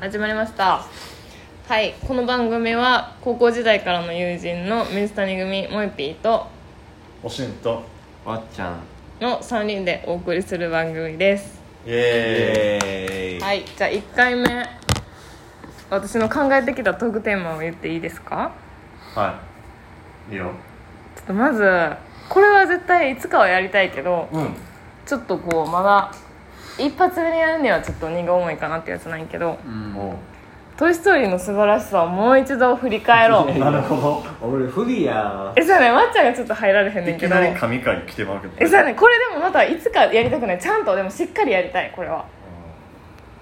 始まりましたはいこの番組は高校時代からの友人の水谷組もえぴーとおしんとわっちゃんの3人でお送りする番組ですイイエエーイはいじゃあ1回目私の考えてきたトークテーマを言っていいですかーイはいいいよちょっとまずこれは絶対いつかはやりたいけどうんちょっとこうまだ一発でやるにはちょっと荷が重いかなってやつなんやけどうんも「トイ・ストーリー」の素晴らしさをもう一度振り返ろううなるほ俺フリやえそうやねまっちゃんがちょっと入られへんどねいんきけどなり神回来てまうけどえそうやねこれでもまたいつかやりたくないちゃんとでもしっかりやりたいこれは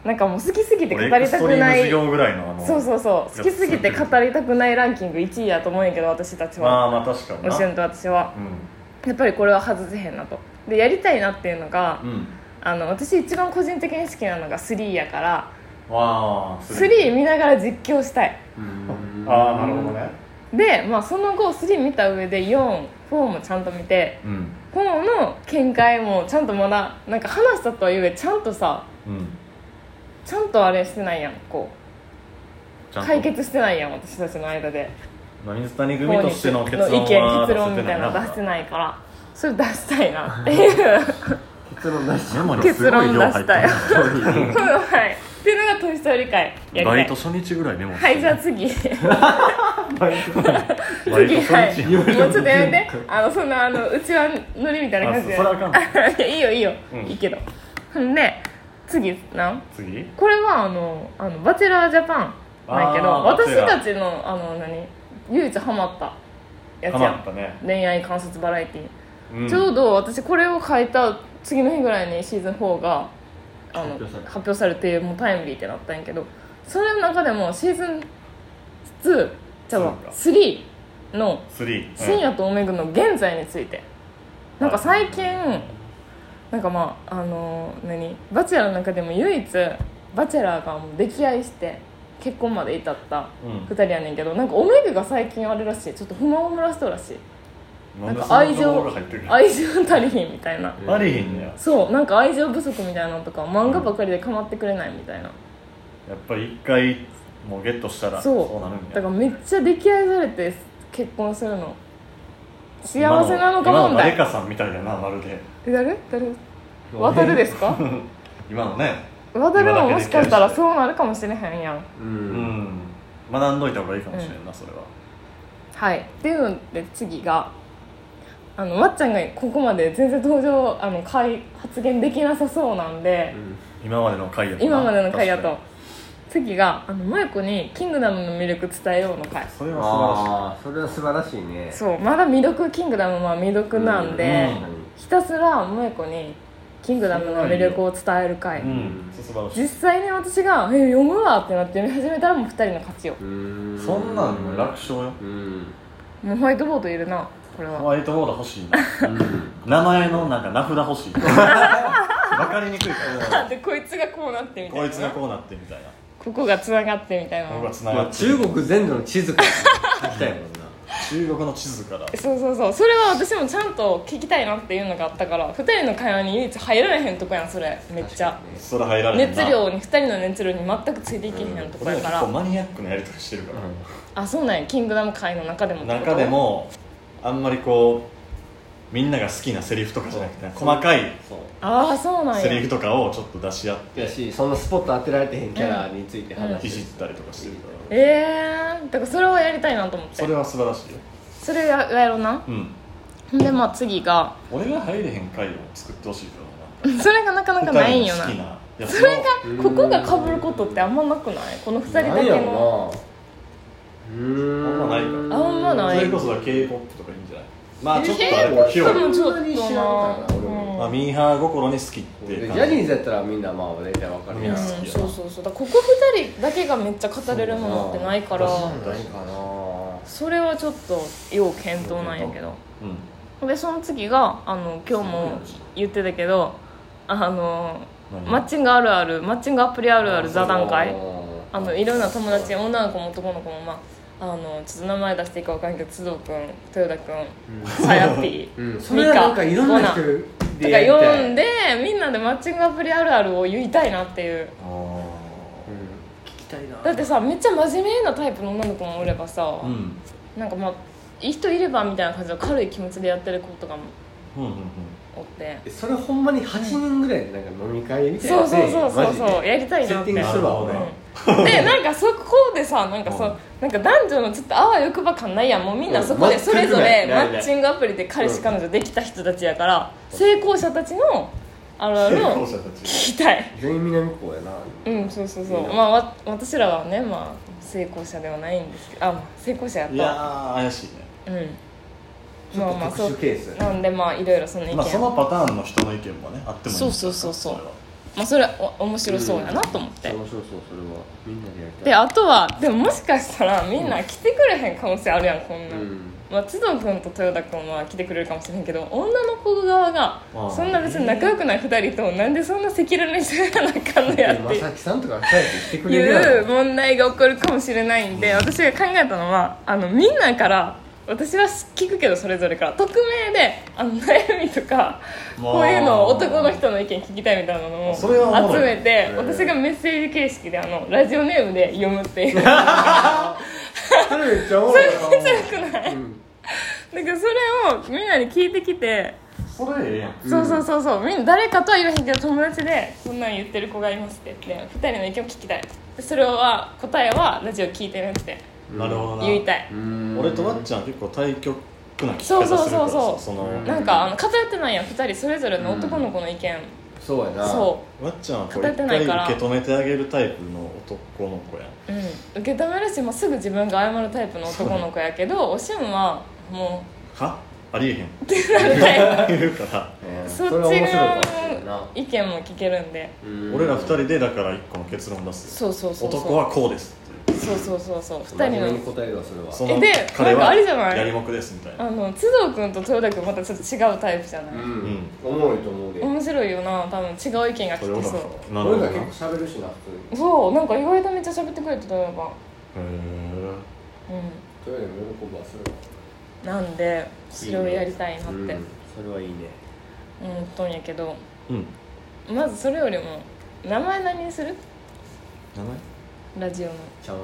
なんかもう好きすぎて語俺りエクスたトくリームな授い業ぐらいのあのそうそうそう好きすぎて語りたくないランキング1位やと思うんやけど私たちまはあまあ確かにおしゅんと私はやっぱりこれは外せへんなとでやりたいなっていうのが、うんうんあの私一番個人的に好きなのが3やからわあスリー3見ながら実況したいうんああなるほどねで、まあ、その後3見た上で44もちゃんと見てうん4の見解もちゃんとまだなんか話したとはいえちゃんとさうんちゃんとあれしてないやんこちうゃんと解決してないやん私たちの間で水谷組としての結論の意見は結論みたいなの出してないからそれ出したいなっていう結論出しメモにす結ごい論出量入しってたいる はいっていうのが「トイ・ストーリー会」やりたバイいト初日ぐらいメモしてはるいじゃあ次次バイトは初い日もうちょっとやめてあのそんなあのうちはノリみたいなあ感そじそでれあかんのいやいいよいいよ、うんいいけどほんで次なん次これはあの「あのバチェラージャパン」なんやけどあーバチ私ェラーたちのあの何唯一ハマったやハつやマっんたね恋愛観察バラエティー、うんちょうど私これを書いた次の日ぐらいにシーズン4があの発表された発表されてもうタイムリーってなったんやけどそれの中でもシーズン2じゃあ3のスリ「ー深夜とオメグ」の現在について、なんか最近なんかまああの何「バチェラー」の中でも唯一バチェラーがもう溺愛して結婚まで至ったうん2人やねんけどなんかオメグが最近あれらしいちょっと不満を漏らしとるらしいなんでなんそか愛情んな情報が入ってる愛情足りひんみたいなありひんねやそうなんか愛情不足みたいなのとか漫画ばかりで構ってくれないみたいなやっぱり一回もうゲットしたらそうそうなるんやだからめっちゃ溺愛されて結婚するの幸せなのか問今のレ題カさんみたいだなまるでえ誰誰渡るですか今のね渡るももしかしたらそうなるかもしれへんやんううんん学んどいた方がいいかもしれんなそれははいっていうので次があのまっちゃんがここまで全然登場あの会発言できなさそうなんで、今までの回やとな今までの回だと確か次があの萌子に「キングダムの魅力伝えよう」の回にそれは素晴らしああそれは素晴らしいねそうまだ未読キングダムは未読なんで、うんひたすら萌子に「キングダムの魅力を伝える回い」うん素晴らし実際に私が「え読むわ」ってなって読み始めたらもう2人の勝ちようんいそんなんもう楽勝ようんもうホワイトボードいるなこれホはワイトボード欲しいなうん名前のなんか名札欲しい わかりにくいからでこいつがこうなってみたいなこいつがこうなってみたいなここがつながってみたいな僕がつなまがあって中国全土の地図から書きたいもんな中国の地図からそうそうそうそれは私もちゃんと聞きたいなっていうのがあったから2人の会話に唯一入られへんとこやんそれめっちゃそれ入られへん熱な量に2人の熱量に全くついていけへんとこ俺やもか結ら、構マニアックなやり取りしてるからあそうなんやキングダム会の中でもってこと中でもあんまりこうみんなが好きなセリフとかじゃなくて細かいそうああそうなんやセリフとかをちょっと出し合っやてしそのスポット当てられてへんキャラについて話いしじってたりとかしてるからええー、だからそれをやりたいなと思ってそれは素晴らしいよそれややろうなうんほんでまあ次が 俺が入れへん回を作ってほしいけどそれがなかなかないんよな二人の好きなやつをそれがここがかぶることってあんまなくないこの2人だなんやけのろなうーあんんまないかあんまないそれこそだ K−POP とかいいんじゃないまあちょっとあれ K-POP も広い、もちょっとなそんなに知らんからな俺もまあ、ミーハー心に好きっジて感じャニーズやったらみんなまあ大体わかるうやん、ん好きやなそうそうそうだからここ2人だけがめっちゃ語れるものってないからそうだないかなそれはちょっと要検討なんやけどうんでその次があの今日も言ってたけどあの何マッチングあるあるマッチングアプリあるある座談会あのいろんな友達うん女の子も男の子もまああのちょっと名前出していいかわからんけど須藤君豊田 君さやぴーうんそれはなんかいろんな人とでかやりたい読んでみんなでマッチングアプリあるあるを言いたいなっていうあーうん聞ききたいなだってさめっちゃ真面目なタイプの女の子もおればさ、うんなんかまあいい人いればみたいな感じの軽い気持ちでやってる子とかもうんうんうんおってえそれほんまに8人ぐらいでなんか飲み会みたいなそうそうそうそうマそうやりたいなってセッティングするわなるほどねうんでなんかそこでさなんかそうなんか男女のちょっとあわよくば感ないやんもうみんなそこうでんそれぞ全れくマないッチングアプリで彼氏彼女できた人たちやから成功者たちのあるある成功を者たち聞きたいジで全員南高やなうんそうそうそいいうなまあわ私らはねまあ成功者ではないんですけどあ成功者やっいやたー怪しいねうんちょまあっまあとそ特う殊ケースなんでまあいろいろその意見まあそのパターンの人の意見もねあってもいいんですよそうそうそうそうれはまあそれはお面白そうやなと思ってん面白そうそれはみんなでやりたいであとはでももしかしたらみんな来てくれへん可能性あるやんこんな、うんんまあ、津く君と豊田君は来てくれるかもしれんけど女の子側があーそんな別に仲良くない2人となんでそんな赤裸々にしながらなあかんのやってまいうさきさんとか早く言ってくれるやいろう問題が起こるかもしれないんで私が考えたのはあのみんなから私は聞くけどそれぞれから匿名であの悩みとかまあこういうのを男の人の意見聞きたいみたいなのをそれはおも集ろいめてうん私がメッセージ形式であのラジオネームで読むっていうなんかそれめっちゃおもろいなうんそれをみんなに聞いてきてそれええやんそうそうそうそうみんな誰かとは言わへんけど友達でこんなん言ってる子がいますって言って2人の意見を聞きたいでそれは答えはラジオ聞いてねってなるほどな言いたいうん俺とわっちゃん結構対極な聞き方するからさそうそうそうそうそのうんなんかあの偏ってないやん2人それぞれの男の子の意見、そうやなそわっちゃんはこう偏一ってない回から受け止めてあげるタイプの男の子やんう、うん、受け止めるし、まあ、すぐ自分が謝るタイプの男の子やけどおしんはもはありえへんっう なんかて 言うからえーそっれはち面白い側かもしれんなの意見も聞けるんでうん俺ら二人でだから一個の結論出すよそうそうそうそう男はこうですっていうそうそうそうそう2真面目に人の答えるわそれはそえので彼なんかはあれじゃないやりもくですみたいなあの津堂君と豊田君またちょっと違うタイプじゃない、うんおもろいと思うで面白いよな多分違う意見がそ聞れけをなんそかうなるほ俺どらなへ結構喋るしな普通にそうなんか意外とめっちゃ喋ってくれてたよやっぱうえトイレも喜ぶわそれはんなんでそれをやりたいなってうんそれはいいね思っとんやけどうんまずそれよりも名前何にする名前ラジオのチャンス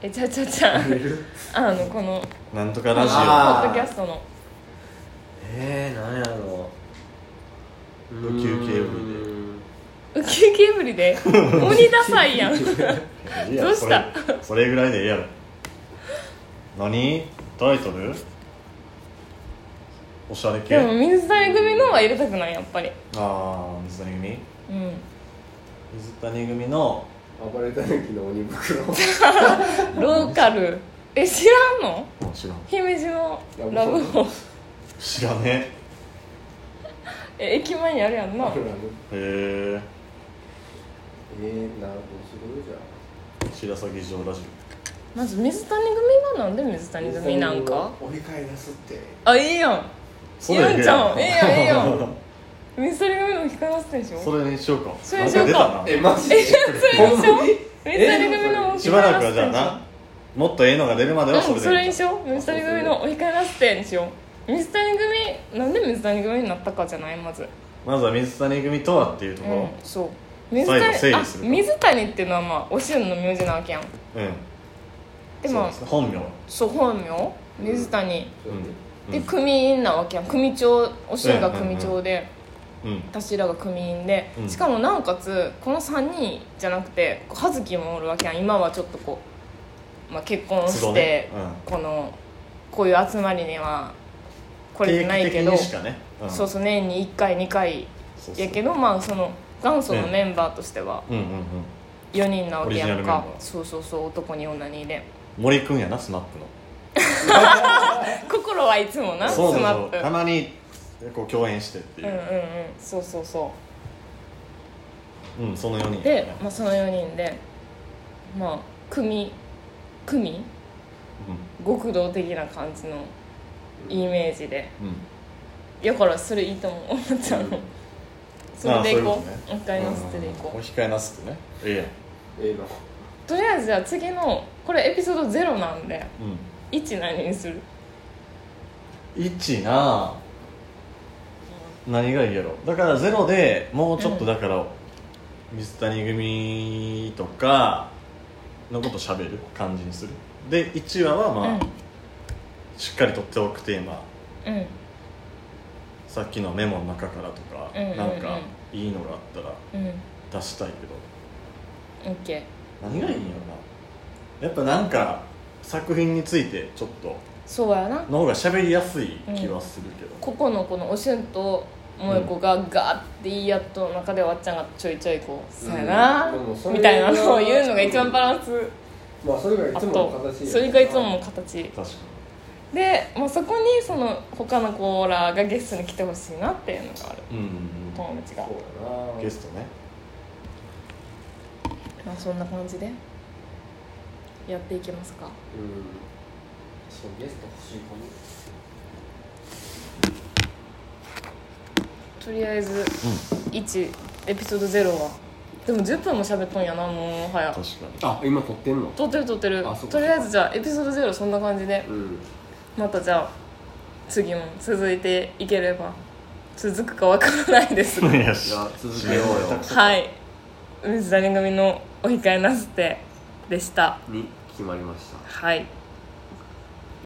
えちゃうちゃうちゃう あのこのなんとかラジポオあッドキャストのえー、なんやろうウキウキエブウキウキエブリで鬼ダサいやんいやどうしたそれそれぐらいでええやろ何タイトルおしゃれ系でもあ水谷組のは入れたくないやっぱりあー水谷組うん水谷組の暴れた時の鬼 袋ローカルえ知らんのもちろん姫路のラブホ知らねえ駅前にあるやんなえへええー、なるほどすごいじ白ゃ崎城ラジ まず水谷組がなんで水ん谷組なんか折り返すってあいいやんオれえいいやんえいいやんいいやん水谷組の聞かなせてんでしょそれにしようかそれにしようかなん出たえマジでそれにしよう水え谷組のおな控しえばならくすはじゃあなもっとええのが出るまではそれうんでそれにしよう水谷組のお控えなすてにしよう水谷組なんで水谷組になったかじゃないまずまずは水谷組とはっていうとうんこそう水最後整谷あ理するから水谷っていうのはまあおしゅんの名字なわけやんろうんでそうもすね本名そう本名水谷うんで組員なわけやん組長おしゅんが組長で、うん私らが組員で、うんしかもなおかつこの3人じゃなくてこう葉月もおるわけやん今はちょっとこう、まあ、結婚都して度ね、うんこのこういう集まりにはこれてないけ定期ど、的にしかねうんそうそう年に1回2回そうそうやけどまあその元祖のメンバーとしてはうんうんうん4人なわけやオリんジナルかメンバーそうそうそう男に女にで森くんやなスマップの心はいつもなそうそうスマそッうプたまにこう共演してっていうんうんうんうそうそうそううんその4人やでね、まあ、その4人でまあ組組極道的な感じのイメージでうんうんだからそれいいと思う 思っちゃうのそれでいこああそういうこうと一回のせてでいこおう控えなすってねえええのとりあえずじゃあ次のこれエピソード0なんでえやん1何にするうん1なあ何がいいやろだからゼロでもうちょっとだから水谷組とかのこと喋る感じにするで1話はまあ、うんしっかりとっておくテーマうんさっきのメモの中からとか、うんうんうんなんかいいのがあったらうん出したいけどオッケ何がいいんやろなやっぱなんか作品についてちょっとーそうやなの方が喋りやすい気はするけど、ここのこのおしゅんと萌子がガーって言い合っと中でわっちゃんがちょいちょいこう「さやなうんでもそ」れみたいなのを言うのが一番バランスまあそれがいあつものと形それがいつもの形確かで、まあ、そこにその他の子らがゲストに来てほしいなっていうのがあるにうん、友達がそう、だなゲストねまあ、そんな感じでやっていけますかうんそうゲスト欲しいかもとりあえず1エピソード0はでも10分も喋っとんやなもうはや確かにあ今撮ってんの撮ってる撮ってるあそっかとりあえずじゃあエピソード0そんな感じでうんまたじゃあ次も続いていければ続くかわからないですがよいしや続けようよはい水谷組のお控えなすってでしたに決まりましたはい